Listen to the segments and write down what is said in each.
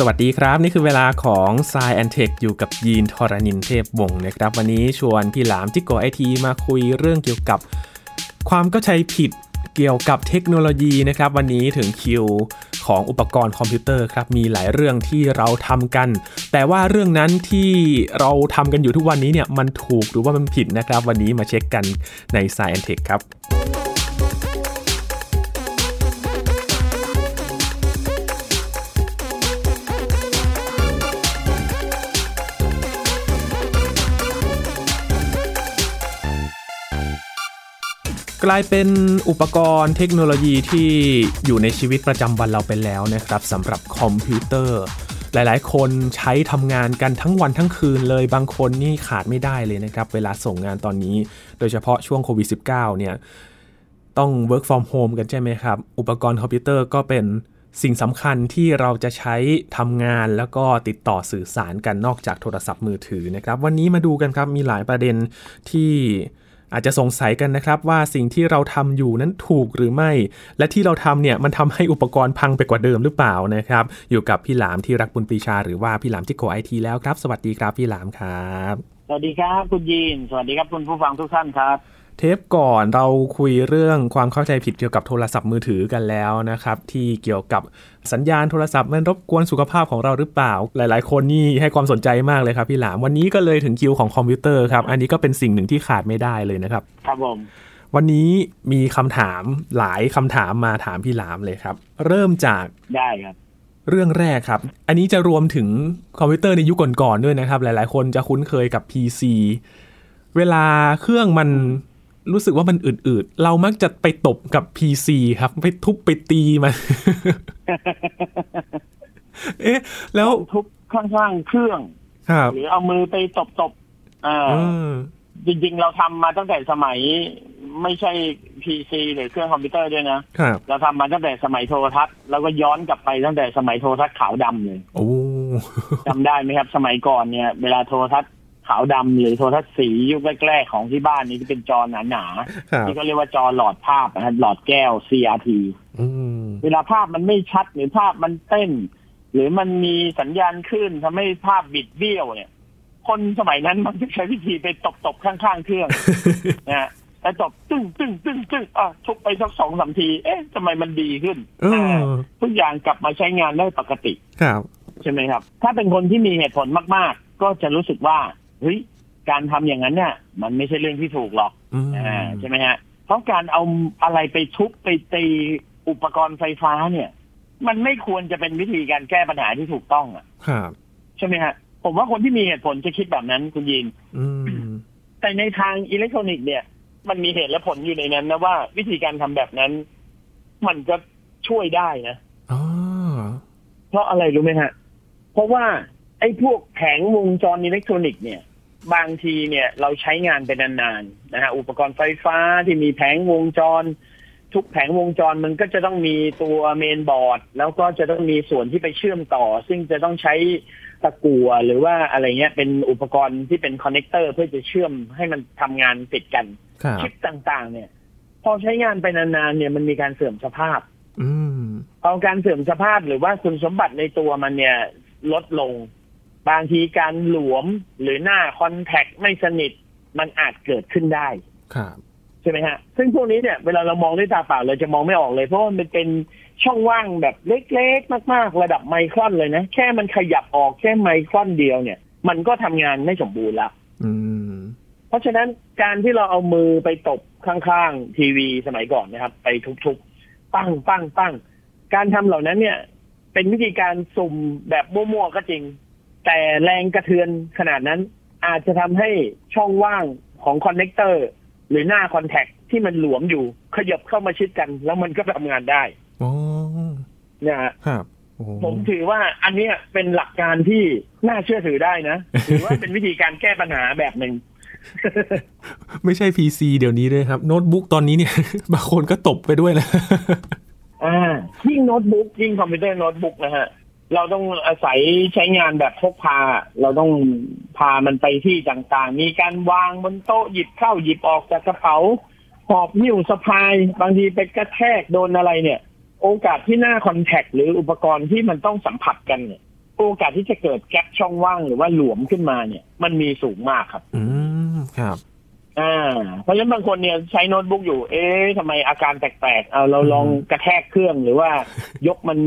สวัสดีครับ นี่คือเวลาของ s ซแอนเทคอยู่กับยีนทรณินเทพวงศ์นะครับ วันนี้ชวนพี่หลามที่ก่อไอทีมาคุยเรื่องเกี่ยวกับความเข้าใจผิดเกี่ยวกับเทคโนโลยีนะครับ วันนี้ถึงคิวของอุปกรณ์คอมพิวเตอร์ครับ มีหลายเรื่องที่เราทำกัน แต่ว่าเรื่องนั้นที่เราทำกันอยู่ทุกวันนี้เนี่ยมันถูกหรือว่ามันผิดนะครับ วันนี้มาเช็คกันใน s ซแอนเทคครับ กลายเป็นอุปกรณ์เทคโนโลยีที่อยู่ในชีวิตประจำวันเราไปแล้วนะครับสำหรับคอมพิวเตอร์ หลายๆ คนใช้ทำงานกันทั้งวันทั้งคืนเลยบางคนนี่ขาดไม่ได้เลยนะครับ เวลาส่งงานตอนนี้ โดยเฉพาะช่วงโควิด -19 เนี่ย ต้อง work from home กันใช่ไหมครับ อุปกรณ์คอมพิวเตอร์ก็เป็นสิ่งสำคัญที่เราจะใช้ทำงานแล้วก็ติดต่อสื่อสารกันนอกจากโทรศัพท์มือถือนะครับ วันนี้มาดูกันครับ มีหลายประเด็นที่อาจจะสงสัยกันนะครับ ว่าสิ่งที่เราทำอยู่นั้นถูกหรือไม่ และที่เราทำเนี่ยมันทำให้อุปกรณ์พังไปกว่าเดิมหรือเปล่านะครับ อยู่กับพี่หลามที่รักบุญปรีชา หรือว่าพี่หลามที่โกไอทีแล้วครับ สวัสดีครับพี่หลามครับ สวัสดีครับคุณยีน สวัสดีครับคุณผู้ฟังทุกท่านครับ เทปก่อนเราคุยเรื่องความเข้าใจผิดเกี่ยวกับโทรศัพท์มือถือกันแล้วนะครับ ที่เกี่ยวกับสัญญาณโทรศัพท์มันรบกวนสุขภาพของเราหรือเปล่า หลาย ๆ คนนี่ให้ความสนใจมากเลยครับพี่หลามวันนี้ก็เลยถึงคิวของคอมพิวเตอร์ครับ อันนี้ก็เป็นสิ่งหนึ่งที่ขาดไม่ได้เลยนะครับ ครับผม วันนี้มีคำถามหลายคำถามมาถามพี่หลามเลยครับ เริ่มจาก ได้ครับ เรื่องแรกครับ อันนี้จะรวมถึงคอมพิวเตอร์ในยุคก่อนๆด้วยนะครับ หลาย ๆ คนจะคุ้นเคยกับ PC เวลาเครื่องมันรู้สึกว่ามันอืดๆ เรามักจะไปตบกับ PC ครับ ไปทุบไปตีมัน เอ๊ะ แล้ว ทุบค่อนข้างเครื่อง ครับ หรือเอามือไปตบตบๆเอ่อ เอ อ อ จริงๆ เราทำมาตั้งแต่สมัยไม่ใช่พีซีหรือเครื่องคอมพิวเตอร์ด้วยนะ ครับ เราทำมาตั้งแต่สมัยโทรทัศน์แล้วก็ย้อนกลับไปตั้งแต่สมัยโทรทัศน์ขาวดำ เลย โอ้ จำได้ไหมครับ สมัยก่อนเนี่ย เวลาโทรทัศน์ขาวดำหรือโทรทัศน์สียุคแรกๆของที่บ้านนี่ที่เป็นจอหนา ครั ๆ บ ที่ก็เรียกว่าจอหลอดภาพนะครับหลอดแก้ว CRT อืม เวลาภาพมันไม่ชัดหรือภาพมันเต้น หรือมันมีสัญญาณคลื่นทำให้ภาพบิดเบี้ยวเนี่ย คนสมัยนั้นมันจะใช้วิธีไปตบตบๆข้างๆเครื่อง นะฮะแต่ตบตึ้งตึ้งตึ้งตึ้งอ่ะทุบไปสักสองสามที เอ๊ะทำไมมันดีขึ้น เออ อ่าทุกอย่างกลับมาใช้งานได้ปกติ ครับ ใช่ไหมครับ ถ้าเป็นคนที่มีเหตุผลมากๆ ก็จะรู้สึกว่าเฮ้ยการทำอย่างนั้นเนี่ย มันไม่ใช่เรื่องที่ถูกหรอก อืม อ่าใช่ไหมฮะ เพราะการเอาอะไรไปทุบไปตีอุปกรณ์ไฟฟ้าเนี่ย มันไม่ควรจะเป็นวิธีการแก้ปัญหาที่ถูกต้องอะ ครับ ใช่ไหมฮะ ผมว่าคนที่มีเหตุผลจะคิดแบบนั้นคุณยิน อืม แต่ในทางอิเล็กทรอนิกส์เนี่ย มันมีเหตุและผลอยู่ในนั้นนะว่าวิธีการทำแบบนั้น มันก็ช่วยได้นะ อ๋อ เพราะอะไรรู้ไหมฮะ เพราะว่าไอ้พวกแผงวงจรอิเล็กทรอนิกส์เนี่ย บางทีเนี่ยเราใช้งานเป็นนานๆนะฮะอุปกรณ์ไฟฟ้าที่มีแผงวงจร ทุกแผงวงจรมันก็จะต้องมีตัวเมนบอร์ด แล้วก็จะต้องมีส่วนที่ไปเชื่อมต่อ ซึ่งจะต้องใช้ตะกั่วหรือว่าอะไรเงี้ยเป็นอุปกรณ์ที่เป็นคอนเนคเตอร์เพื่อจะเชื่อมให้มันทำงานติดกัน ครับ ชิปต่างๆ เนี่ย พอใช้งานไปนานๆเนี่ยมันมีการเสื่อมสภาพ อืม เอาการเสื่อมสภาพหรือว่าคุณสมบัติในตัวมันเนี่ยลดลง บางทีการหลวมหรือหน้าคอนแทคไม่สนิทมันอาจเกิดขึ้นได้ ครับ ใช่ไหมฮะ ซึ่งพวกนี้เนี่ยเวลาเรามองด้วยตาเปล่าเราจะมองไม่ออกเลย เพราะว่ามันเป็นช่องว่างแบบเล็กๆ มากๆ ระดับไมครอนเลยนะ แค่มันขยับออกแค่ไมครอนเดียวเนี่ย มันก็ทำงานไม่สมบูรณ์ละ อืม เพราะฉะนั้นการที่เราเอามือไปตบข้างๆ ทีวีสมัยก่อนนะครับ ไปทุบๆ ปั้งปั้งปั้งการทำเหล่านั้นเนี่ย เป็นวิธีการสุ่มแบบมั่วๆก็จริง แต่แรงกระเทือนขนาดนั้น อาจจะทำให้ช่องว่างของคอนเน c เตอร์หรือหน้าคอนแทคที่มันหลวมอยู่ ขยับเข้ามาชิดกัน แล้วมันก็ทำงานได้ อ๋อ นะฮะ ครับ โอ้โห ผมถือว่าอันเนี้ยเป็นหลักการที่น่าเชื่อถือได้นะถือว่าเป็นวิธีการแก้ปัญหาแบบหนึ่ง ไม่ใช่ PC เดี๋ยวนี้ด้วยครับ โน้ตบุ๊กตอนนี้เนี่ย บางคนก็ตบไปด้วยนะ อ่ายิ่งโน้ตบุ๊กยิ่งคอมพิวเตอร์โน้ตบุ๊กนะฮะ เราต้องอาศัยใช้งานแบบพกพา เราต้องพามันไปที่ต่างๆ มีการวางบนโต๊ะหยิบเข้าหยิบออกจากกระเป๋าหอบนิ้วสะพาย บางทีไปกระแทกโดนอะไรเนี่ย โอกาสที่หน้าคอนแทคหรืออุปกรณ์ที่มันต้องสัมผัสกันเนี่ย โอกาสที่จะเกิดแก๊ปช่องว่างหรือว่าหลวมขึ้นมาเนี่ย มันมีสูงมากครับ อืมครับ อ่า เพราะฉะนั้นบางคนเนี่ยใช้โน้ตบุ๊กอยู่ เอ๊ะทำไมอาการแปลกๆ เอาเราลองกระแทกเครื่องหรือว่า ยกมัน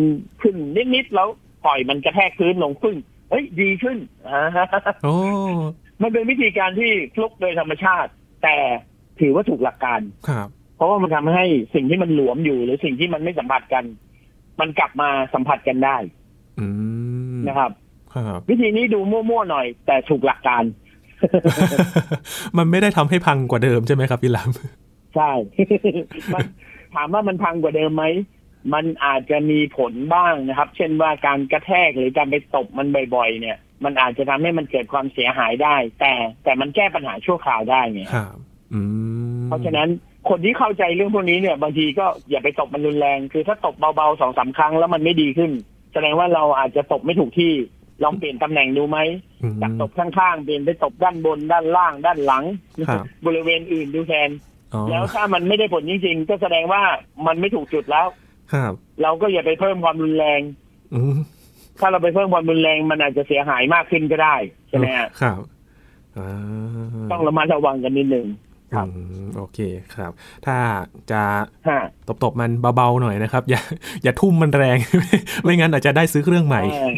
ขึ้นนิดๆแล้วปล่อยมันกระแทกพื้นลงปึ้งเฮ้ยดีขึ้น อ่า โอ้ มันเป็นวิธีการที่ฟลุกโดยธรรมชาติ แต่ถือว่าถูกหลักการ ครับ เพราะว่ามันทำให้สิ่งที่มันหลวมอยู่ หรือสิ่งที่มันไม่สัมผัสกัน มันกลับมาสัมผัสกันได้ อืม นะครับ ครับ วิธีนี้ดูมั่วๆหน่อย แต่ถูกหลักการ มันไม่ได้ทำให้พังกว่าเดิมใช่ไหมครับพี่ล ใช่ มันถามว่ามันพังกว่าเดิมไหม มันอาจจะมีผลบ้างนะครับ เช่นว่าการกระแทกหรือการไปตบมันบ่อยๆ เนี่ย มันอาจจะทำให้มันเกิดความเสียหายได้ แต่แต่มันแก้ปัญหาชั่วคราวได้ไง ำครับ อืม เพราะฉะนั้นคนที่เข้าใจเรื่องพวกนี้เนี่ย บางทีก็อย่าไปตบมันรุนแรง คือถ้าตบเบาๆสองสามครั้งแล้วมันไม่ดีขึ้น แสดงว่าเราอาจจะตบไม่ถูกที่ลองเปลี่ยนตำแหน่งดูไหม อืม จากตบข้างๆเปลี่ยนไปตบด้านบนด้านล่าง ด้านหลัง ครับ บริเวณอื่นดูแทน อ๋อ แล้วถ้ามันไม่ได้ผลจริงๆก็แสดงว่ามันไม่ถูกจุดแล้ว ครับ เราก็อย่าไปเพิ่มความรุนแรง อืม ถ้าเราไปเพิ่มความรุนแรงมันอาจจะเสียหายมากขึ้นก็ได้ใช่ไหมฮะ ครับอ่า ต้องระมัดระวังกันนิดนึง ครับ อืมโอเคครับ ถ้าจะ ฮะ ตบตบๆมันเบาๆหน่อยนะครับ อย่า อย่าทุ่มมันแรง ไม่งั้นอาจจะได้ซื้อเครื่องใหม่ เออ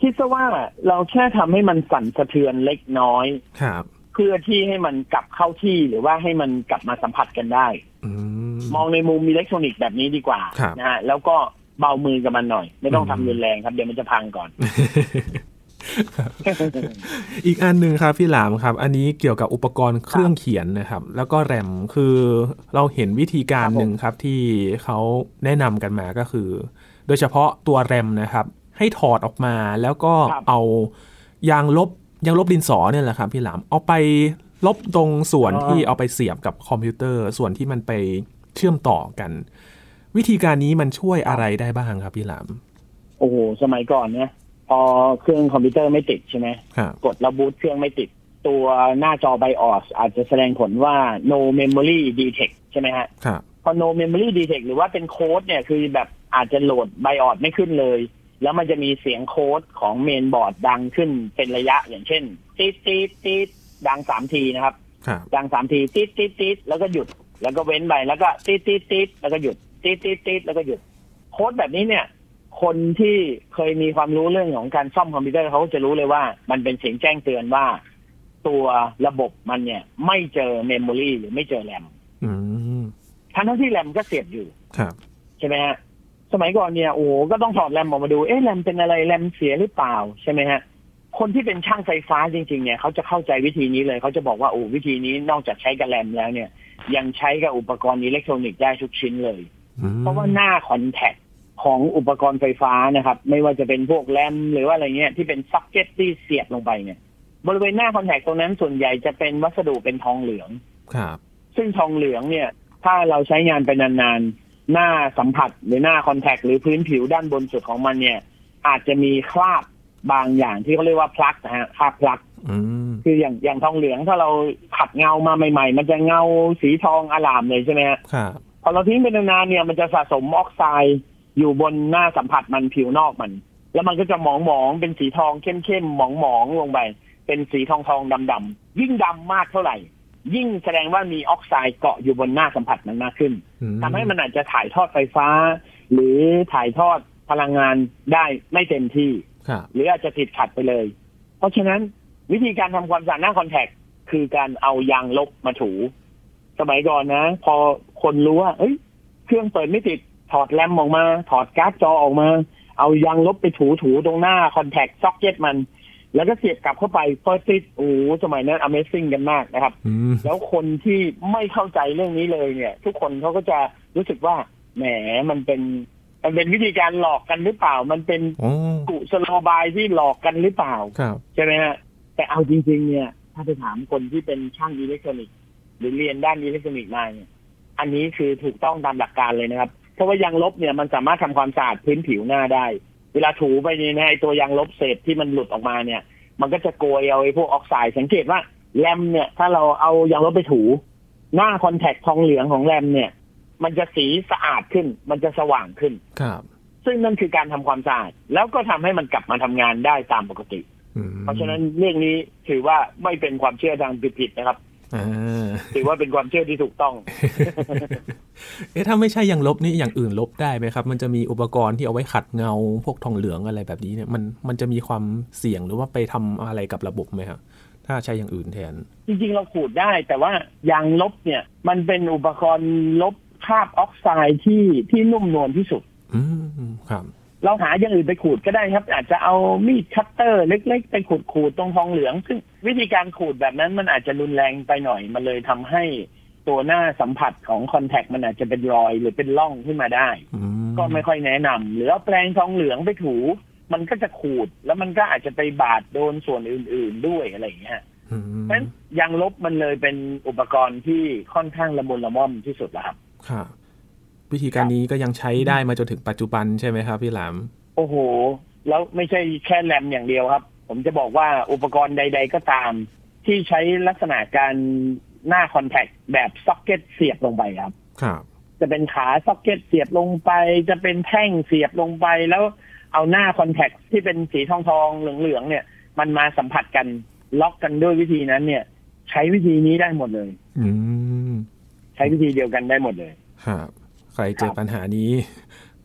คิดซะว่าเราแค่ทำให้มันสั่นสะเทือนเล็กน้อย ครับ เพื่อที่ให้มันกลับเข้าที่หรือว่าให้มันกลับมาสัมผัสกันได้ อืม มองในมุมอิเล็กทรอนิกส์แบบนี้ดีกว่า ครับ นะฮะแล้วก็เบามือกับมันหน่อย ไม่ต้อง อืม ทำรุนแรงครับเดี๋ยวมันจะพัง ก่อน อีกอันหนึ่งครับพี่หลามครับ อันนี้เกี่ยวกับอุปกรณ์เครื่องเขียนนะครับ แล้วก็แรมคือเราเห็นวิธีการ ครับผม หนึ่งครับที่เขาแนะนำกันมาก็คือ โดยเฉพาะตัวแรมนะครับ ให้ถอดออกมาแล้วก็เอายางลบยางลบดินสอเนี่ยแหละครับพี่หลามเอาไปลบตรงส่วนที่เอาไปเสียบกับคอมพิวเตอร์ ส่วนที่มันไปเชื่อมต่อกัน วิธีการนี้มันช่วยอะไรได้บ้างครับพี่หลาม โอ้โหสมัยก่อนเนี่ยพอเครื่องคอมพิวเตอร์ไม่ติดใช่ไหม ครับ กดระบูตเครื่องไม่ติด ตัวหน้าจอไบออสอาจจะแสดงผลว่า no memory detect ใช่ไหมฮะ ครับ พอ no memory detect หรือว่าเป็นโค้ดเนี่ยคือแบบอาจจะโหลดไบออดไม่ขึ้นเลย แล้วมันจะมีเสียงโค้ดของเมนบอร์ดดังขึ้นเป็นระยะอย่างเช่นตีดตีดตีดดังสามทีนะครับ ครับ ดังสามทีตีดตีดตีดแล้วก็หยุด แล้วก็เว้นไปแล้วก็ตีดตีดตีดแล้วก็หยุดตีดตีดตีดแล้วก็หยุด โค้ดแบบนี้เนี่ย คนที่เคยมีความรู้เรื่องของการซ่อมคอมพิวเตอร์เขาจะรู้เลยว่า มันเป็นเสียงแจ้งเตือนว่า ตัวระบบมันเนี่ย ไม่เจอเมมโมรีหรือไม่เจอแรม อืม ทั้งๆที่แรมก็เสียบอยู่ ครับ ใช่ไหมฮะ สมัยก่อนเนี่ย โอ้โหก็ต้องถอดแรมออกมาดู เอ๊ะแรมเป็นอะไร แรมเสียหรือเปล่า ใช่ไหมฮะ คนที่เป็นช่างไฟฟ้าจริง ๆ เนี่ยเขาจะเข้าใจวิธีนี้เลย เขาจะบอกว่า โอ้ วิธีนี้นอกจากใช้กับแรมแล้วเนี่ย ยังใช้กับอุปกรณ์อิเล็กทรอนิกส์ได้ทุกชิ้นเลย อืม เพราะว่าหน้าคอนแทคของอุปกรณ์ไฟฟ้านะครับ ไม่ว่าจะเป็นพวกแรมหรือว่าอะไรเงี้ยที่เป็นซ็อกเก็ตที่เสียบลงไปเนี่ย บริเวณหน้าคอนแทคตรงนั้นส่วนใหญ่จะเป็นวัสดุเป็นทองเหลือง ครับ ซึ่งทองเหลืองเนี่ย ถ้าเราใช้งานไปนานๆ หน้าสัมผัสหรือหน้าคอนแทคหรือพื้นผิวด้านบนสุดของมันเนี่ย อาจจะมีคราบบางอย่างที่เขาเรียกว่าพลักนะฮะคราบพลัก อืม คืออย่างอย่างทองเหลืองถ้าเราขัดเงามาใหม่ ๆ มันจะเงาสีทองอลามเลยใช่ไหมฮะ ครับ พอเราทิ้งไปนานๆเนี่ยมันจะสะสมออกไซด์อยู่บนหน้าสัมผัสมันผิวนอกมัน แล้วมันก็จะหมองๆเป็นสีทองเข้มๆหมองๆลงไปเป็นสีทองทองๆดำๆยิ่งดำมากเท่าไหร่ ยิ่งแสดงว่ามีออกไซด์เกาะอยู่บนหน้าสัมผัสมันมากขึ้น อื ทำให้มันอาจจะถ่ายทอดไฟฟ้า หรือถ่ายทอดพลังงานได้ไม่เต็มที่ ครับ หรืออาจจะติดขัดไปเลย เพราะฉะนั้นวิธีการทำความสะอาดหน้าคอนแทคคือการเอายางลบมาถู สมัยก่อนนะ พอคนรู้ว่าเอ้ย เครื่องเปิดไม่ติดถอดแรมออกมา ถอดการ์ดจอออกมา เอายางลบไปถูถูตรงหน้าคอนแทคซ็อกเก็ตมัน แล้วก็เสียบกลับเข้าไปเปิดติดโอ้โหสมัยนั้น Amazing กันมากนะครับ อืม แล้วคนที่ไม่เข้าใจเรื่องนี้เลยเนี่ย ทุกคนเขาก็จะรู้สึกว่าแหมมันเป็นมันเป็นวิธีการหลอกกันหรือเปล่า มันเป็น โอ้ กุสโลบายที่หลอกกันหรือเปล่า ครับ ใช่ไหมฮะแต่เอาจริง ๆ เนี่ย ถ้าไปถามคนที่เป็นช่างอิเล็กทรอนิกส์หรือเรียนด้านอิเล็กทรอนิกส์มาเนี่ยอันนี้คือถูกต้องตามหลักการเลยนะครับ เพราะว่ายางลบเนี่ยมันสามารถทำความสะอาดพื้นผิวหน้าได้ เวลาถูไปเนี่ยนะไอตัวยางลบเศษที่มันหลุดออกมาเนี่ย มันก็จะโกยเอาไอ้พวกออกไซด์สังเกตว่าแรมเนี่ย ถ้าเราเอายางลบไปถู หน้าคอนแทคทองเหลืองของแรมเนี่ย มันจะสีสะอาดขึ้น มันจะสว่างขึ้น ครับ ซึ่งนั่นคือการทำความสะอาดแล้วก็ทำให้มันกลับมาทำงานได้ตามปกติ อืม เพราะฉะนั้นเรื่องนี้ถือว่าไม่เป็นความเชื่อทางผิดๆนะครับ อ่า ถือว่าเป็นความเชื่อที่ถูกต้อง เอ๊ะถ้าไม่ใช่อย่างลบนี่อย่างอื่นลบได้ไหมครับ มันจะมีอุปกรณ์ที่เอาไว้ขัดเงา พวกทองเหลืองอะไรแบบนี้เนี่ยมันมันจะมีความเสี่ยงหรือว่าไปทำอะไรกับระบบไหมครับถ้าใช้อย่างอื่นแทน จริงๆ เราขูดได้ แต่ว่ายางลบเนี่ยมันเป็นอุปกรณ์ลบคราบออกไซด์ที่ที่นุ่มนวลที่สุด อืมครับ เราหาอย่างอื่นไปขูดก็ได้ครับ อาจจะเอามีดคัตเตอร์เล็ก ๆ ไปขูดขูดตรงทองเหลือง ซึ่งวิธีการขูดแบบนั้นมันอาจจะรุนแรงไปหน่อย มันเลยทำให้ตัวหน้าสัมผัสของคอนแทคมันอาจจะเป็นรอยหรือเป็นร่องขึ้นมาได้ อืม ก็ไม่ค่อยแนะนำหรือเอาแปรงทองเหลืองไปถู มันก็จะขูดแล้วมันก็อาจจะไปบาดโดนส่วนอื่น ๆด้วยอะไรอย่างเงี้ย อืม เพราะฉะนั้นยางลบมันเลยเป็นอุปกรณ์ที่ค่อนข้างละมุนละม่อมที่สุดแล้วครับ ค่ะ วิธีการนี้ก็ยังใช้ได้มาจนถึงปัจจุบันใช่ไหมครับ พี่หลาม โอ้โห แล้วไม่ใช่แค่แรมอย่างเดียวครับ ผมจะบอกว่าอุปกรณ์ใด ๆ ก็ตาม ที่ใช้ลักษณะการหน้าคอนแทคแบบซ็อกเก็ตเสียบลงไปครับ ครับ จะเป็นขาซ็อกเก็ตเสียบลงไป จะเป็นแท่งเสียบลงไป แล้วเอาหน้าคอนแทคที่เป็นสีทองทองๆเหลืองๆเนี่ย มันมาสัมผัสกันล็อกกันด้วยวิธีนั้นเนี่ย ใช้วิธีนี้ได้หมดเลย อืม ใช้วิธีเดียวกันได้หมดเลย ครับใครเจ ค อ รับ ปัญหานี้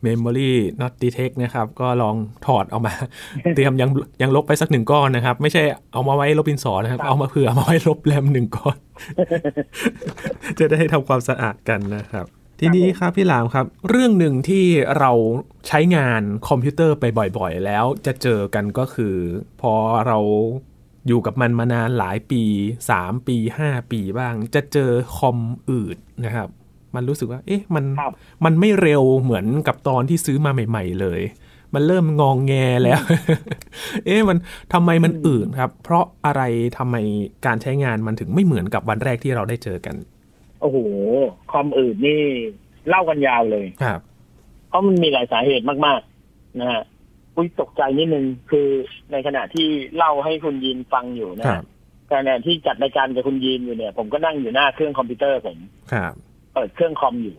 Memory not detect นะครับ ก็ลองถอดเอามา เตรียมยังยังลบไปสักหนึ่งก้อนนะครับ ไม่ใช่เอามาไว้ลบดินสอนะครับ เอามาเผื่อเอามาไว้ลบแรมหนึ่ง ก้อน จะได้ทำความสะอาดกันนะครับ ทีนี้ครับพี่หลามครับ เรื่องหนึ่งที่เราใช้งานคอมพิวเตอร์ไปบ่อยๆ แล้วจะเจอกันก็คือ พอเราอยู่กับมันมานานหลายปี 3 ปี 5 ปีบ้าง จะเจอคอมอืดนะครับ มันรู้สึกว่า เอ๊ะมัน ครับ มันไม่เร็วเหมือนกับตอนที่ซื้อมาใหม่ ๆ เลย มันเริ่มงองแงแล้ว เอ๊ะมันทำไมมันอืดครับ เพราะอะไรทำไมการใช้งานมันถึงไม่เหมือนกับวันแรกที่เราได้เจอกัน โอ้โห คอมอื่นนี่เล่ากันยาวเลย ครับ เพราะมันมีหลายสาเหตุมาก ๆ นะฮะ อุ้ยตกใจนิดนึง คือในขณะที่เล่าให้คุณยินฟังอยู่นะ ครั ฮะ บ ขณะที่จัดรายการกับคุณยินอยู่เนี่ย ผมก็นั่งอยู่หน้าเครื่องคอมพิวเตอร์ผม ครับ เปิดเครื่องคอมอยู่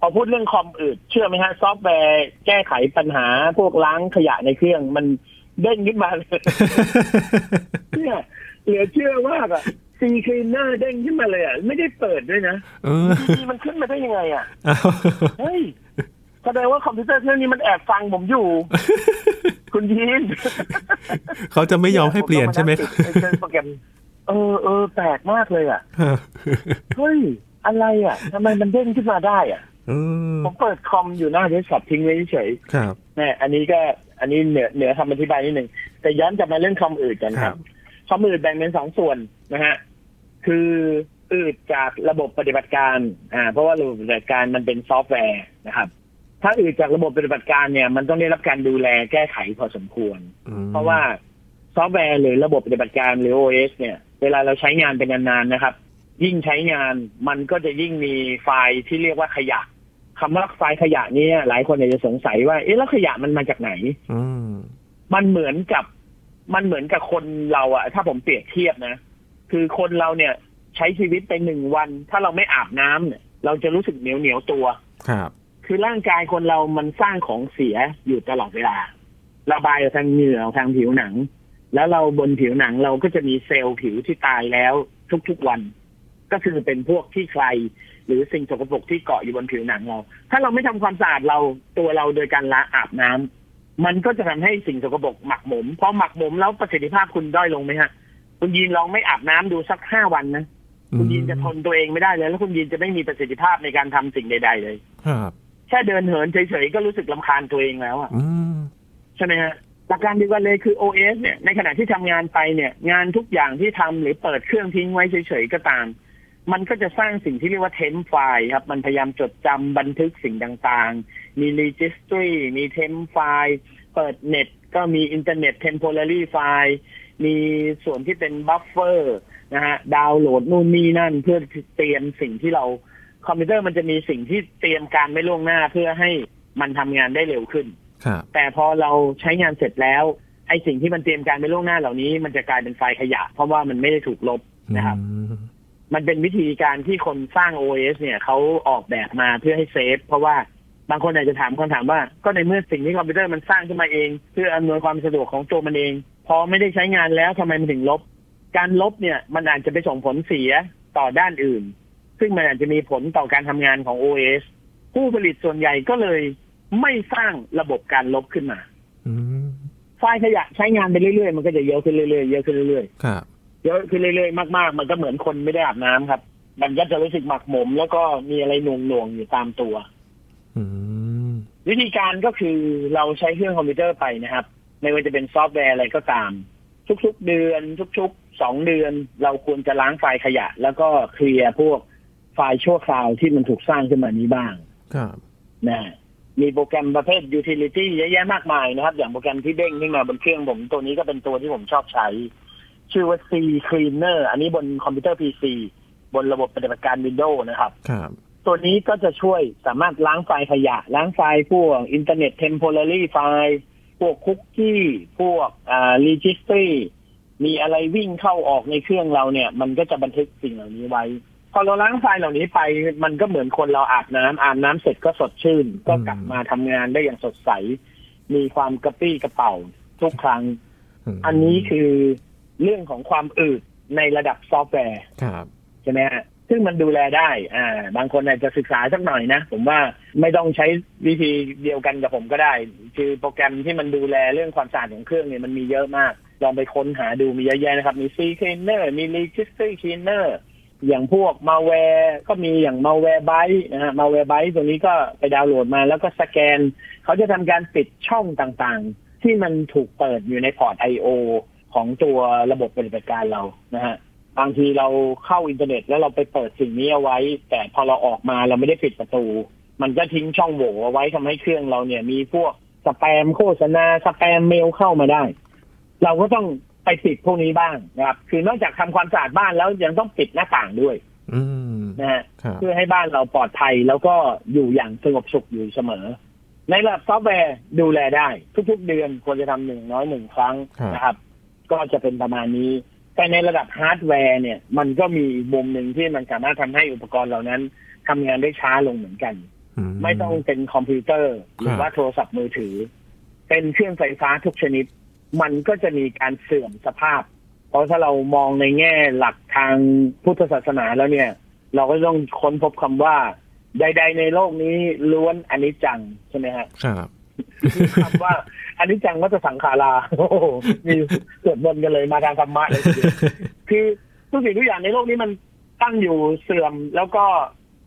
พอพูดเรื่องคอมอืดเชื่อไหมฮะ ซอฟต์แวร์แก้ไขปัญหาพวกล้างขยะในเครื่อง มันเด้งขึ้นมาเลย เนี่ยเหลือเชื่อว่าแบบซีคลีนเนอร์เด้งขึ้นมาเลยอ่ะไม่ได้เปิดด้วยนะ เออ ดีๆมันขึ้นมาได้ยังไงอ่ะ เอา เฮ้ยแสดงว่าคอมพิวเตอร์เครื่องนี้มันแอบฟังผม อยู่ คุณยีน เขาจะไม่ยอมให้เปลี่ยนใช่ไหม ค ผ รับ ต้องานั่งติดในโปรแกรมเออเออแปลกมากเลยอ่ะเฮ้ยอะไรอ่ะทำไมมันเด้งขึ้นมาได้อ่ะ เออ ผมเปิดคอมอยู่หน้าเดสก์ท็อปทิ้งไว้เฉย ครับ ๆแน่อันนี้ก็อันนี้เหนือเหนือคำอธิบายนิดหนึ่งแต่ย้อนกลับมาเรื่องคอมอืดกันค ครั รับ บคอมอืดแบ่งเป็นสองส่วนนะฮะคืออืดจากระบบปฏิบัติการอ่าเพราะว่าระบบปฏิบัติการมันเป็นซอฟต์แวร์นะครับ ถ้าอื่นจากระบบปฏิบัติการเนี่ยมันต้องได้รับการดูแลแก้ไขพอสมควร อืม เพราะว่าซอฟต์แวร์หรือระบบปฏิบัติการหรือ OS เนี่ย เวลาเราใช้งานเป็นนานๆนะครับ ยิ่งใช้งานมันก็จะยิ่งมีไฟล์ที่เรียกว่าขยะคำว่าไฟล์ขยะเนี้หลายคนอาจจะสงสัยว่าเอ๊ะแล้วขยะมันมาจากไหน อืม มันเหมือนกับ มันเหมือนกับคนเราอะถ้าผมเปรียบเทียบนะ คือคนเราเนี่ยใช้ชีวิตไปหนึ่งวัน ถ้าเราไม่อาบน้ำเนี่ยเราจะรู้สึกเหนียวเหนียวๆตัว ครับ คือร่างกายคนเรามันสร้างของเสียอยู่ตลอดเวลา ระบายออกทางเหงื่อออกทางผิวหนัง แล้วเราบนผิวหนังเราก็จะมีเซลล์ผิวที่ตายแล้วทุกๆวัน ก็คือเป็นพวกที่ใคร หรือสิ่งสกปรกที่เกาะอยู่บนผิวหนังเรา ถ้าเราไม่ทำความสะอาดเราตัวเราโดยการละอาบน้ำมันก็จะทำให้สิ่งสกปรกหมักหมมพอหมักหมมแล้วประสิทธิภาพคุณด้อยลงไหมฮะ คุณยีนลองไม่อาบน้ำดูสักห้าวันนะคุณยีนจะทนตัวเองไม่ได้เลยแล้วคุณยีนจะไม่มีประสิทธิภาพในการทำสิ่งใดๆเลย ครับ แค่เดินเหินเฉยๆ ก็รู้สึกลำคาญตัวเองแล้วอะ อืม ใช่ไหมฮะหลักการเดียวกันเลยคือ OS เนี่ยในขณะที่ทำงานไปเนี่ย งานทุกอย่างที่ทำหรือเปิดเครื่องทิ้งไว้เฉยๆ ก็ตาม มันก็จะสร้างสิ่งที่เรียกว่าเทมไฟล์ครับ มันพยายามจดจำบันทึกสิ่งต่างๆ มี registry มีเทมไฟล์เปิดเน็ต ก็มีอินเทอร์เน็ต temporary ไฟล์มีส่วนที่เป็นบัฟเฟอร์นะฮะดาวน์โหลดนู่นนี่นั่น เพื่อเตรียมสิ่งที่เรา คอมพิวเตอร์มันจะมีสิ่งที่เตรียมการไม่ล่วงหน้าเพื่อให้มันทำงานได้เร็วขึ้น ครับ แต่พอเราใช้งานเสร็จแล้วไอ้สิ่งที่มันเตรียมการไม่ล่วงหน้าเหล่านี้ มันจะกลายเป็นไฟล์ขยะ เพราะว่ามันไม่ได้ถูกลบนะครับ อืม มันเป็นวิธีการที่คนสร้าง OS เนี่ยเขาออกแบบมาเพื่อให้เซฟเพราะว่า บางคนอาจจะถามคำถามว่า ก็ในเมื่อสิ่งที่คอมพิวเตอร์มันสร้างขึ้นมาเอง เพื่ออำนวยความสะดวกของตัวมันเอง พอไม่ได้ใช้งานแล้วทำไมมันถึงลบ การลบเนี่ยมันอาจจะไปส่งผลเสียต่อด้านอื่น ซึ่งมันอาจจะมีผลต่อการทำงานของ OS ผู้ผลิตส่วนใหญ่ก็เลยไม่สร้างระบบการลบขึ้นมา อืม ไฟล์ขยะใช้งานไปเรื่อยๆ มันก็จะเยอะขึ้นเรื่อยๆ เยอะขึ้นเรื่อย ครับ ๆ เยอะขึ้นเรื่อยๆ มากๆ มันก็เหมือนคนไม่ได้อาบน้ำครับ มันก็จะรู้สึกหมักหมม แล้วก็มีอะไรหน่วงๆ อยู่ตามตัว อืม วิธีการก็คือเราใช้เครื่องคอมพิวเตอร์ไปนะครับ ไม่ว่าจะเป็นซอฟต์แวร์อะไรก็ตาม ทุกๆ เดือนทุกๆสองเดือน เราควรจะล้างไฟล์ขยะ แล้วก็เคลียร์พวกไฟล์ชั่วคราวที่มันถูกสร้างขึ้นมานี้บ้าง ครับ นะมีโปรแกรมประเภท utility เยอะแยะมากมายนะครับ อย่างโปรแกรมที่เด้งขึ้นมาบนเครื่องผม ตัวนี้ก็เป็นตัวที่ผมชอบใช้ ชื่อว่า C Cleaner อันนี้บนคอมพิวเตอร์ PC บนระบบปฏิบัติการ Windows นะครับ ครับ ตัวนี้ก็จะช่วยสามารถล้างไฟล์ขยะ ล้างไฟล์พวก Internet Temporary File พวกคุกกี้ พวกอ่า Registry มีอะไรวิ่งเข้าออกในเครื่องเราเนี่ย มันก็จะบันทึกสิ่งเหล่านี้ไว้ พอเราล้างไฟล์เหล่านี้ไป มันก็เหมือนคนเราอาบน้ำอาบน้ำเสร็จก็สดชื่น ก็กลับมาทำงานได้อย่างสดใส มีความกระปรี้กระเป๋าทุกครั้ง ม อันนี้คือเรื่องของความอืดในระดับซอฟต์แวร์ ครับ ใช่ไหมฮะซึ่งมันดูแลได้ อ่า บางคนอาจจะศึกษาสักหน่อยนะ ผมว่าไม่ต้องใช้วิธีเดียวกันกับผมก็ได้ คือโปรแกรมที่มันดูแลเรื่องความสะอาดของเครื่องเนี่ยมันมีเยอะมาก ลองไปค้นหาดูมีเยอะแยะนะครับ มี C Cleaner มี Registry Cleaner อย่างพวก malware ก็มีอย่าง malware byte นะฮะ malware byte ตัวนี้ก็ไปดาวน์โหลดมาแล้วก็สแกน เขาจะทำการปิดช่องต่างๆ ที่มันถูกเปิดอยู่ในพอร์ต I/O ของตัวระบบปฏิบัติการเรานะฮะ บางทีเราเข้าอินเทอร์เน็ตแล้วเราไปเปิดสิ่งนี้เอาไว้ แต่พอเราออกมาเราไม่ได้ปิดประตู มันก็ทิ้งช่องโหว่เอาไว้ทำให้เครื่องเราเนี่ย มีพวกสแปมโฆษณาสแปมเมลเข้ามาได้ เราก็ต้องไปปิดพวกนี้บ้างนะครับ คือนอกจากทำความสะอาดบ้านแล้วยังต้องปิดหน้าต่างด้วย อืม นะฮะ ครับ เพื่อให้บ้านเราปลอดภัยแล้วก็อยู่อย่างสงบสุขอยู่เสมอ ในระดับซอฟต์แวร์ดูแลได้ ทุกๆเดือนควรจะทำหนึ่งน้อยหนึ่งครั้งนะครับ ก็จะเป็นประมาณนี้ แต่ในระดับฮาร์ดแวร์เนี่ย มันก็มีมุมหนึ่งที่มันสามารถทำให้อุปกรณ์เหล่านั้นทำงานได้ช้าลงเหมือนกัน ไม่ต้องเป็นคอมพิวเตอร์ หรือว่าโทรศัพท์มือถือ เป็นเครื่องไฟฟ้าทุกชนิด มันก็จะมีการเสื่อมสภาพ เพราะถ้าเรามองในแง่หลักทางพุทธศาสนาแล้วเนี่ย เราก็ต้องค้นพบคำว่า ใด ๆ ในโลกนี้ล้วนอนิจจังใช่ไหมฮะ ครับ คำว่า อนิจจังวัฏสังขา ราโอ้โหมีสวดมนต์กันเลยมาทางธรรมะเลยทีเดียวคือทุกสิ่งทุกอย่างในโลกนี้มันตั้งอยู่เสื่อมแล้วก็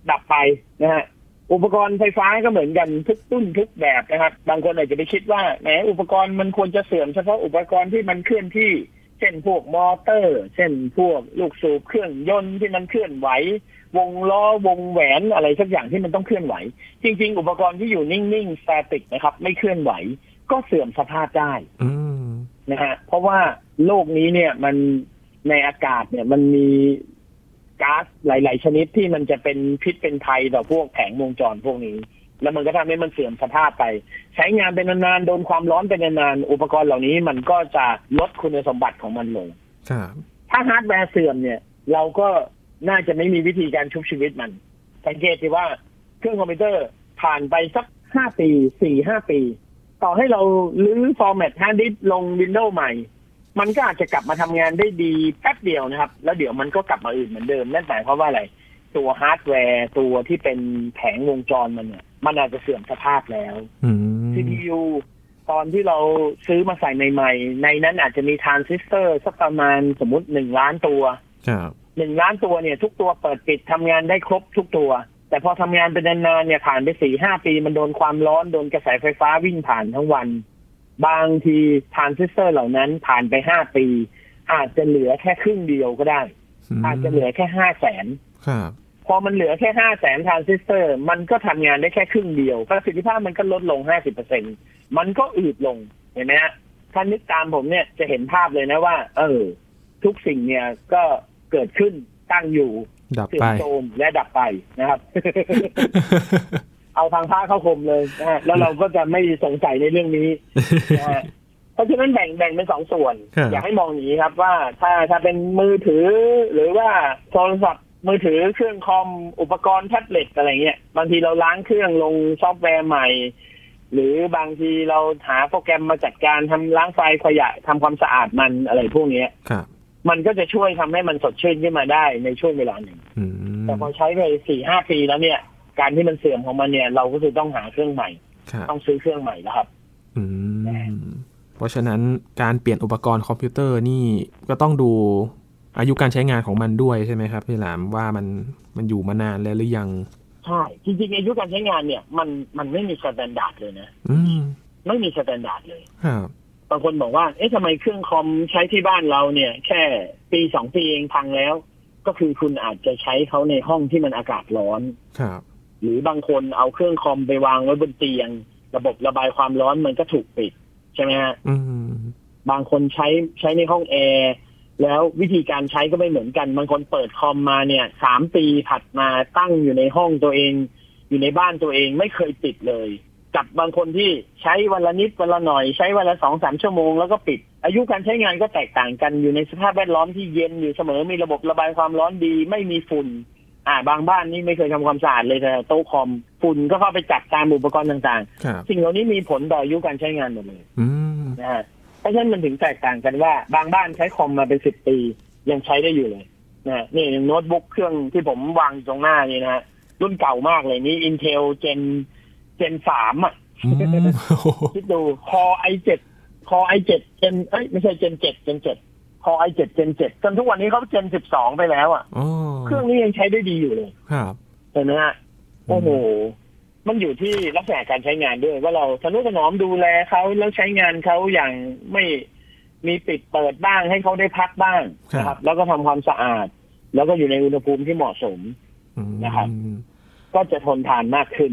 ดับไปนะฮะอุปกรณ์ไฟฟ้าก็เหมือนกันทุกตุ้นทุกแบบนะครับ บางคนอาจจะไปคิดว่าแหมอุปกรณ์มันควรจะเสื่อมเฉพาะอุปกรณ์ที่มันเคลื่อนที่ เช่นพวกมอเตอร์ เช่นพวกลูกสูบเครื่องยนต์ที่มันเคลื่อนไหว วงล้อวงแหวนอะไรสักอย่างที่มันต้องเคลื่อนไหว จริง ๆ อุปกรณ์ที่อยู่นิ่ง ๆ สแตติกนะครับ ไม่เคลื่อนไหว ก็เสื่อมสภาพได้ อืม นะฮะ เพราะว่าโลกนี้เนี่ยมันในอากาศเนี่ยมันมีก๊าซหลาย ๆ ชนิดที่มันจะเป็นพิษเป็นภัยต่อพวกแผงวงจรพวกนี้ แล้วมันก็ทำให้มันเสื่อมสภาพไป ใช้งานเป็นนาน ๆ โดนความร้อนเป็นนาน ๆ อุปกรณ์เหล่านี้มันก็จะลดคุณสมบัติของมันลง ครับ ถ้าฮาร์ดแวร์เสื่อมเนี่ย เราก็น่าจะไม่มีวิธีการชุบชีวิตมัน สังเกตสิว่าเครื่องคอมพิวเตอร์ผ่านไปสักห้าปีสี่ห้าปี ต่อให้เราลื้อฟอร์แมตฮาร์ดดิสลงวินโดว์ใหม่ มันก็อาจจะกลับมาทำงานได้ดีแป๊บเดียวนะครับ แล้วเดี๋ยวมันก็กลับมาอื่นเหมือนเดิมนั่นหมายความว่าอะไร ตัวฮาร์ดแวร์ตัวที่เป็นแผงวงจรมันเนี่ย มันอาจจะเสื่อมสภาพแล้ว อืม CPU ตอนที่เราซื้อมาใส่ใหม่ๆ ในนั้นอาจจะมีทรานซิสเตอร์สักประมาณสมมติหนึ่งล้านตัว ครับ หนึ่งล้านตัวเนี่ย ทุกตัวเปิดปิดทำงานได้ครบทุกตัว แต่พอทำงานเป็นนานๆเนี่ยผ่านไปสี่ห้าปี มันโดนความร้อนโดนกระแสไฟฟ้าวิ่งผ่านทั้งวัน บางทีทรานซิสเตอร์เหล่านั้นผ่านไปห้าปี อาจจะเหลือแค่ครึ่งเดียวก็ได้ ม อาจจะเหลือแค่ห้าแสน ครับ พอมันเหลือแค่ห้าแสนทรานซิสเตอร์ มันก็ทำงานได้แค่ครึ่งเดียว ประสิทธิภาพมันก็ลดลงห้าสิบเปอร์เซ็นมันก็อืดลง เห็นไหมฮะ ถ้านึกตามผมเนี่ยจะเห็นภาพเลยนะว่า เออ ทุกสิ่งเนี่ยก็เกิดขึ้นตั้งอยู่ ดับ เสื่อ ไป มโทรมและดับไปนะครับ เอาทางภาคเข้าคมเลยนะฮะแล้วเราก็จะไม่สงสัยในเรื่องนี้ นะฮะเพราะฉะนั้นแบ่งแบ่งเป็นสองส่วน ครับ อยากให้มองอย่างนี้ครับว่าถ้าถ้าเป็นมือถือหรือว่าโทรศัพท์ มือถือเครื่องคอมอุปกรณ์แท็บเล็ตอะไรเงี้ยบางทีเราล้างเครื่องลงซอฟต์แวร์ใหม่ หรือบางทีเราหาโปรแกรมมาจัดการทำล้างไฟล์ขยะทำความสะอาดมันอะไรพวกเนี้ย ครับ มันก็จะช่วยทำให้มันสดชื่นขึ้นมาได้ในช่วงเวลาหนึ่ง อืม แต่พอใช้ไปสี่ห้าปีแล้วเนี่ย การที่มันเสื่อมของมันเนี่ย เราก็คือต้องหาเครื่องใหม่ ครับ ต้องซื้อเครื่องใหม่แล้วครับ อืมเพราะฉะนั้นการเปลี่ยนอุปกรณ์คอมพิวเตอร์นี่ก็ต้องดูอายุการใช้งานของมันด้วยใช่ไหมครับพี่หลามว่ามันมันอยู่มานานแล้วหรือยัง ใช่ จริงๆอายุการใช้งานเนี่ย มันมันไม่มีสแตนดาร์ดเลยนะ อืม ไม่มีสแตนดาร์ดเลย ครับ บางคนบอกว่า เอ๊ะทำไมเครื่องคอมใช้ที่บ้านเราเนี่ย แค่ปีสองปีเองพังแล้ว ก็คือคุณอาจจะใช้เขาในห้องที่มันอากาศร้อน ครับ หรือบางคนเอาเครื่องคอมไปวางไว้บนเตียง ระบบระบายความร้อนมันก็ถูกปิดใช่ไหมฮะ อืม บางคนใช้ใช้ในห้องแอร์แล้ววิธีการใช้ก็ไม่เหมือนกัน บางคนเปิดคอมมาเนี่ยสามปีถัดมาตั้งอยู่ในห้องตัวเอง อยู่ในบ้านตัวเองไม่เคยปิดเลย กับบางคนที่ใช้วันละนิดวันละหน่อยใช้วันละสองสามชั่วโมงแล้วก็ปิด อายุการใช้งานก็แตกต่างกันอยู่ในสภาพแวดล้อมที่เย็นอยู่เสมอมีระบบระบายความร้อนดีไม่มีฝุ่น อ่า บางบ้านนี่ไม่เคยทำความสะอาดเลยแต่โต๊ะคอมฝุ่นก็เข้าไปจัดตามอุปกรณ์ต่าง ครับ ๆ สิ่งเหล่านี้มีผลต่ออายุการใช้งานหมดเลย อืม นะฮะเพราะฉะนั้นมันถึงแตกต่างกันว่า บางบ้านใช้คอมมาเป็นสิบปี ยังใช้ได้อยู่เลยนะฮะนี่อย่างโน้ตบุ๊กเครื่องที่ผมวางอยู่ตรงหน้านี่นะฮะรุ่นเก่ามากเลยนี่ Intel Gen Gen สามอ่ะ อืม โอ้โห คิดดู Core i7 Core i7 Gen เอ้ยไม่ใช่ Gen 7 Gen 7 Core i7 Gen 7จนทุกวันนี้เขา Gen 12 ไปแล้วอ่ะ อ๋อ เครื่องนี้ยังใช้ได้ดีอยู่เลย ครับ เห็นไหมฮะ อืม โอ้โห มันอยู่ที่ลักษณะการใช้งานด้วย ว่าเราทนุถนอมดูแลเขาแล้วใช้งานเขาอย่างไม่มีปิดเปิดบ้างให้เขาได้พักบ้างนะแล้วก็ทำความสะอาด แล้วก็อยู่ในอุณหภูมิที่เหมาะสม อืม นะครับ ก็จะทนทานมากขึ้น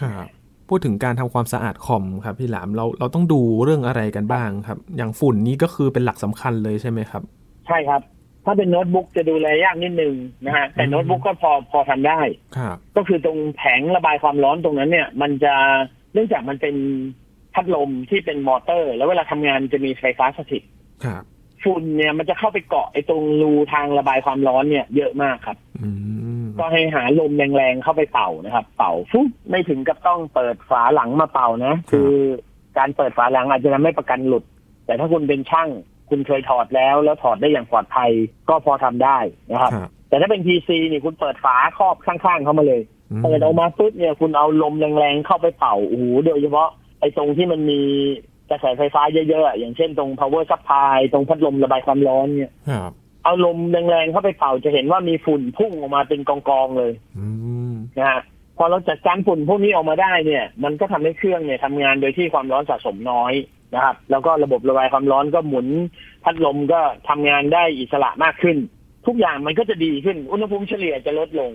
ครับพูดถึงการทำความสะอาดคอมครับพี่หลามเราเราต้องดูเรื่องอะไรกันบ้างครับ อย่างฝุ่นนี้ก็คือเป็นหลักสำคัญเลยใช่ไหมครับ ใช่ครับ ถ้าเป็นโน้ตบุ๊กจะดูแลยากนิดนึงนะฮะแต่ อืม โน้ตบุ๊กก็พอพอทำได้ ครับ ก็คือตรงแผงระบายความร้อนตรงนั้นเนี่ย มันจะเนื่องจากมันเป็นพัดลมที่เป็นมอเตอร์ แล้วเวลาทำงานจะมีไฟฟ้าสถิต ครับ ฝุ่นเนี่ยมันจะเข้าไปเกาะไอ้ตรงรูทางระบายความร้อนเนี่ยเยอะมากครับ อืม ก็ให้หาลมแรงๆเข้าไปเป่านะครับ เป่าฟุ๊บไม่ถึงกับต้องเปิดฝาหลังมาเป่านะ คือการเปิดฝาหลังอาจจะทำให้ประกันหลุด แต่ถ้าคุณเป็นช่าง คุณเคยถอดแล้ว แล้วถอดได้อย่างปลอดภัยก็พอทำได้นะครับ ครับ แต่ถ้าเป็น PC นี่คุณเปิดฝาครอบข้างๆเข้ามาเลย ม เปิดออกมาปุ๊บเนี่ยคุณเอาลมแรงๆเข้าไปเป่าโอ้โหโดยเฉพาะไอ้ตรงที่มันมีกระแสไฟฟ้าเยอะๆอะอย่างเช่นตรง power supply ตรงพัดลมระบายความร้อนเนี่ย ครับ เอาลมแรงๆเข้าไปเป่าจะเห็นว่ามีฝุ่นพุ่งออกมาเป็นกองๆเลย อืม นะฮะพอเราจัดการฝุ่นพวกนี้ออกมาได้เนี่ย มันก็ทำให้เครื่องเนี่ยทำงานโดยที่ความร้อนสะสมน้อยนะครับ แล้วก็ระบบระบายความร้อนก็หมุน พัดลมก็ทำงานได้อิสระมากขึ้น ทุกอย่างมันก็จะดีขึ้นอุณหภูมิเฉลี่ยจะลดลง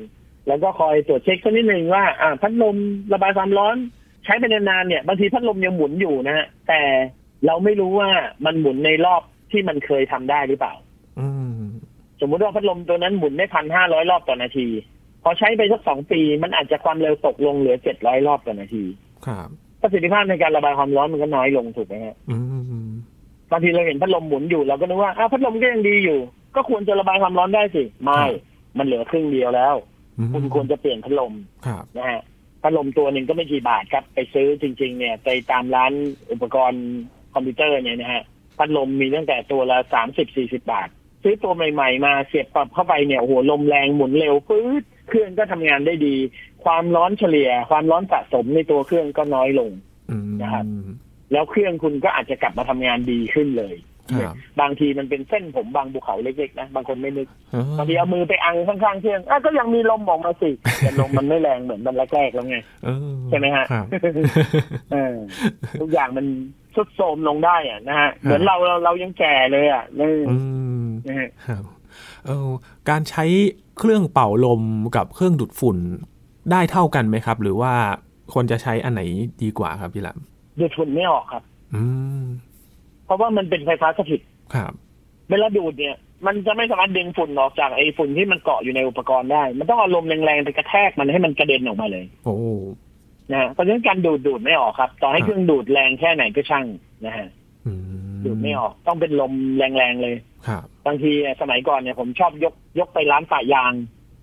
แล้วก็คอยตรวจเช็คสักนิดหนึ่งว่าอ่าพัดลมระบายความร้อน ใช้ไปนานๆเนี่ยบางทีพัดลมยังหมุนอยู่นะฮะแต่เราไม่รู้ว่ามันหมุนในรอบที่มันเคยทำได้หรือเปล่า อืม สมมุติว่าพัดลมตัวนั้นหมุนได้พันห้าร้อยรอบต่อนาที พอใช้ไปสักสองปี มันอาจจะความเร็วตกลงเหลือเจ็ดร้อยรอบต่อนาที ครับ ประสิทธิภาพในการระบายความร้อนมันก็น้อยลงถูกไหมฮะ อืม บางทีเราเห็นพัดลมหมุนอยู่เราก็นึกว่าอ้าวพัดลมก็ยังดีอยู่ ก็ควรจะระบายความร้อนได้สิ ไม่ มันเหลือครึ่งเดียวแล้ว อืม คุณควรจะเปลี่ยนพัดลม ครับ นะฮะพัดลมตัวหนึ่งก็ไม่กี่บาทครับไปซื้อจริง ๆ เนี่ยไปตามร้านอุปกรณ์คอมพิวเตอร์เนี่ยนะฮะพัดลมมีตั้งแต่ตัวละสามสิบสี่สิบาท ซื้อตัวใหม่ ๆ มาเสียบปรับเข้าไปเนี่ยโอ้โหลมแรงหมุนเร็วปื๊ดเครื่องก็ทำงานได้ดี ความร้อนเฉลี่ย ความร้อนสะสมในตัวเครื่องก็น้อยลง อืม นะครับ แล้วเครื่องคุณก็อาจจะกลับมาทำงานดีขึ้นเลย ครับ บางทีมันเป็นเส้นผมบางภูเขาเล็กๆนะบางคนไม่นึก อ๋อบ างทีเอามือไปอังข้างๆเครื่องอ่ะก็ยังมีลมออกมาสิแต่ลมมันไม่แรงเหมือนตอนแรกๆแล้วไง เออ ใช่ไหมฮะ ครับ เออทุกอย่างมันทรุดโทรมลงได้อ่ะนะฮะ เหมือนเราเราเรายังแก่เลยอ่ะเออ อืม นะฮะ ครับเออการใช้เครื่องเป่าลมกับเครื่องดูดฝุ่นได้เท่ากันไหมครับ หรือว่าคนจะใช้อันไหนดีกว่าครับพี่หลาม ดูดฝุ่นไม่ออกครับ อืม เพราะว่ามันเป็นไฟฟ้าสถิต ครับ เวลาดูดเนี่ย มันจะไม่สามารถดึงฝุ่นออกจากไอ้ฝุ่นที่มันเกาะอยู่ในอุปกรณ์ได้ มันต้องเอาลมแรงๆไปกระแทกมันให้มันกระเด็นออกมาเลย โอ้ นะฮะเพราะฉะนั้นการดูดดูดไม่ออกครับ ต่อให้เครื่องดูดแรงแค่ไหนก็ช่างนะฮะ อื ดูดไม่ออก ต้องเป็นลมแรงๆเลย ครับ บางทีอะสมัยก่อนเนี่ยผมชอบยกยกไปร้านฝ่ายยาง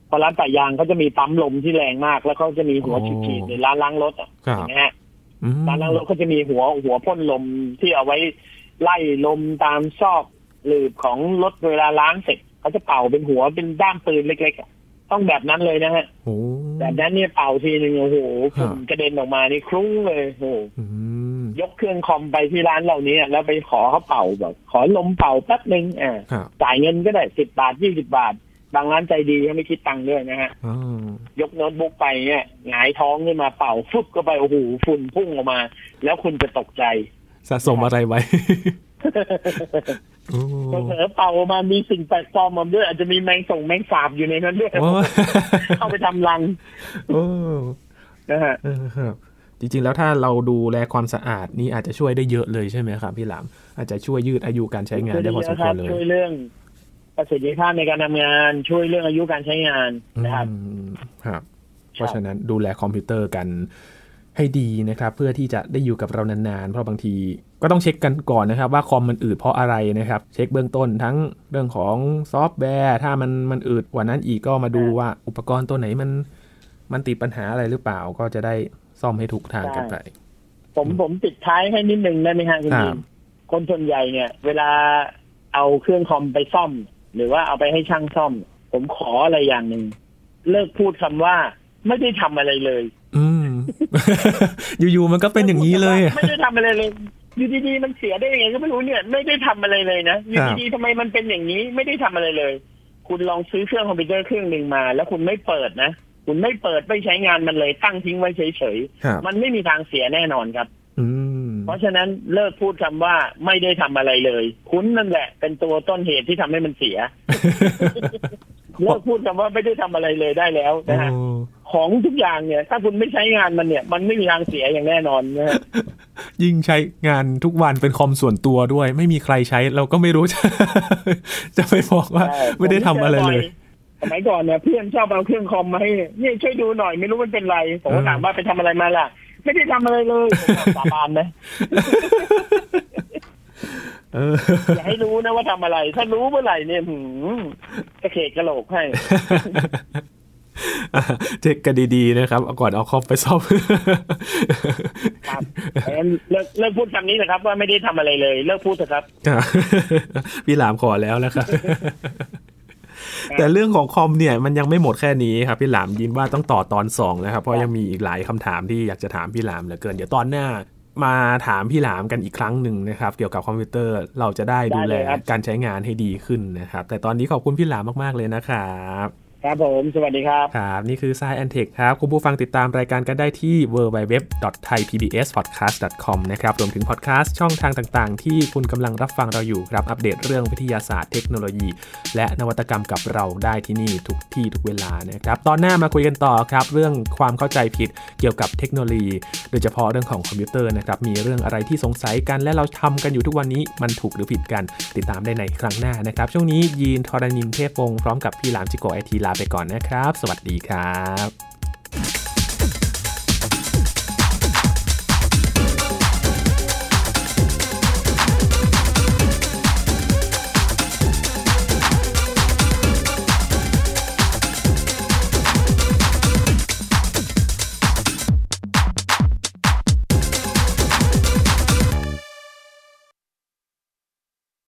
ไป อร้านป่ายางเขาจะมีปั๊มลมที่แรงมาก แล้วเขาจะมีหัว โอ้ ฉีดๆในร้านล้างรถอ่ะ ครั เห็ บ นไหมฮะ อืม ร้านล้างรถเขาจะมีหัวหัวพ่นลมที่เอาไว้ไล่ลมตามซอกหลืบของรถเวลาล้างเสร็จเขาจะเป่าเป็นหัวเป็นด้ามปืนเล็กๆอะต้องแบบนั้นเลยนะฮะ โอ้ แบบนั้นเนี่ยเป่าทีหนึ่งโอ้โหฝุ่น ฮะ กระเด็นออกมานี่คลุ้งเลยโอ้โห อืม ยกเครื่องคอมไปที่ร้านเหล่านี้แล้วไปขอเขาเป่าแบบขอลมเป่าแป๊บหนึ่งอ่า ครับ จ่ายเงินก็ได้สิบบาทยี่สิบาท บางร้านใจดีเขาไม่คิดตังค์ด้วยนะฮะ อ้าวย กโน้ตบุ๊กไปเนี่ยหงายท้องขึ้นมาเป่าฟุบก็ไปโอ้โหฝุ่นพุ่งออกมา แล้วคุณจะตกใจ สะสมอะไรไว้ โอ้ เผลอๆเป่าออกมามีสิ่งแปลกปลอมมาด้วย อาจจะมีแมงส่งแมงสาบอยู่ในนั้นด้วย โอ้ เข้าไปทำรัง โอ้ นะฮะ เออครับจริง ๆ แล้วถ้าเราดูแลความสะอาดนี่อาจจะช่วยได้เยอะเลยใช่ไหมครับพี่หลามอาจจะช่วยยืดอายุการใช้งานได้พอสมควรเล ช่วย ย เรื่องประสิทธิภาพในการทำงาน ช่วยเรื่องอายุการใช้งานนะครับ อืมครับ เพราะฉะนั้นดูแลคอมพิวเตอร์กันให้ดีนะครับ เพื่อที่จะได้อยู่กับเรานานๆ เพราะบางทีก็ต้องเช็คกันก่อนนะครับ ว่าคอมมันอืดเพราะอะไรนะครับ เช็คเบื้องต้นทั้งเรื่องของซอฟต์แวร์ ถ้ามันมันอืดกว่านั้นอีกก็มาดูว่าอุปกรณ์ตัวไหนมันมันติดปัญหาอะไรหรือเปล่าก็จะได้ซ่อมให้ถูกทางกันไป ผมผมติดท้ายให้นิดนึงได้ไหมฮะคุณ ครับ ยินคนส่วนใหญ่เนี่ย เวลาเอาเครื่องคอมไปซ่อม หรือว่าเอาไปให้ช่างซ่อม ผมขออะไรอย่างหนึ่งเลิกพูดคำว่า ไม่ได้ทำอะไรเลย อืม อยู่ๆมันก็เป็นอย่างนี้เลย ไม่ได้ทำอะไรเลยอยู่ดีๆมันเสียได้ยังไงก็ไม่รู้เนี่ย ไม่ได้ทำอะไรเลยนะอยู่ดีๆทำไมมันเป็นอย่างนี้ ไม่ได้ทำอะไรเลย คุณลองซื้อเครื่องคอมพิวเตอร์เครื่องหนึ่งมา แล้วคุณไม่เปิดนะคุณไม่เปิดไม่ใช้งานมันเลย ตั้งทิ้งไว้เฉย ครับ ๆมันไม่มีทางเสียแน่นอนครับ อืม เพราะฉะนั้นเลิกพูดคำว่าไม่ได้ทำอะไรเลย คุณนั่นแหละ เป็นตัวต้นเหตุที่ทำให้มันเสีย เลิกพูดคำว่าไม่ได้ทำอะไรเลยได้แล้วนะฮะ โอ้ ของทุกอย่างเนี่ย ถ้าคุณไม่ใช้งานมันเนี่ย มันไม่มีทางเสียอย่างแน่นอนนะฮะ ยิ่งใช้งานทุกวันเป็นคอมส่วนตัวด้วย ไม่มีใครใช้เราก็ไม่รู้จะ จะไปบอกว่า ใช่ ไม่ได้ทำอะไรเลย สมัยก่อนเนี่ยเพื่อนชอบเอาเครื่องคอมมาให้นี่ช่วยดูหน่อยไม่รู้มันเป็นไรผมก็ถามว่าไปทำอะไรมาล่ะ ไม่ได้ทำอะไรเลยผมบอกสาบานนะ เออ อย่าให้รู้นะว่าทำอะไร ถ้ารู้เมื่อไหร่เนี่ยหืมกระเขกกระโหลกให้ อ่ะเช็คกันดีๆนะครับเอาก่อนเอาคอมไปซ่อม ครับ เพราะฉะนั้นเลิกเลิกพูดคำนี้นะครับ ว่าไม่ได้ทำอะไรเลย เลิกพูดเถอะครับ อ่ะ พี่หลามขอแล้วนะครับ แต่เรื่องของคอมเนี่ยมันยังไม่หมดแค่นี้ครับ พี่หลามยินว่าต้องต่อตอนสองนะครับ เพราะยังมีอีกหลายคำถามที่อยากจะถามพี่หลามเหลือเกิน เดี๋ยวตอนหน้า มาถามพี่หลามกันอีกครั้งหนึ่งนะครับ เกี่ยวกับคอมพิวเตอร์เราจะได้ดูแล ได้เลยครับ การใช้งานให้ดีขึ้นนะครับ แต่ตอนนี้ขอบคุณพี่หลามมากๆเลยนะครับ ครับผม สวัสดีครับ ครับ นี่คือ s ายแอนเทคครับ คุณผู้ฟังติดตามรายการกันได้ที่ www.thaipbspodcast.com นะครับ รวมถึงพอดแคสต์ช่องทางต่างๆ ที่คุณกำลังรับฟังเราอยู่ครับ อัปเดตเรื่องวิทยาศาสตร์เทคโนโลยี และนวัตกรรมกับเราได้ที่นี่ทุกที่ทุกเวลานะครับ ตอนหน้ามาคุยกันต่อครับ เรื่องความเข้าใจผิดเกี่ยวกับเทคโนโลยี โดยเฉพาะเรื่องของคอมพิวเตอร์นะครับ มีเรื่องอะไรที่สงสัยกันและเราทำกันอยู่ทุกวันนี้มันถูกหรือผิดกัน ติดตามได้ในครั้งหน้านะครับ ช่วงนี้ยีนทรณินเทพวงศ์พร้อมกับพี่หลามจิโกไอทีลาไปก่อนนะครับ สวัสดีครับ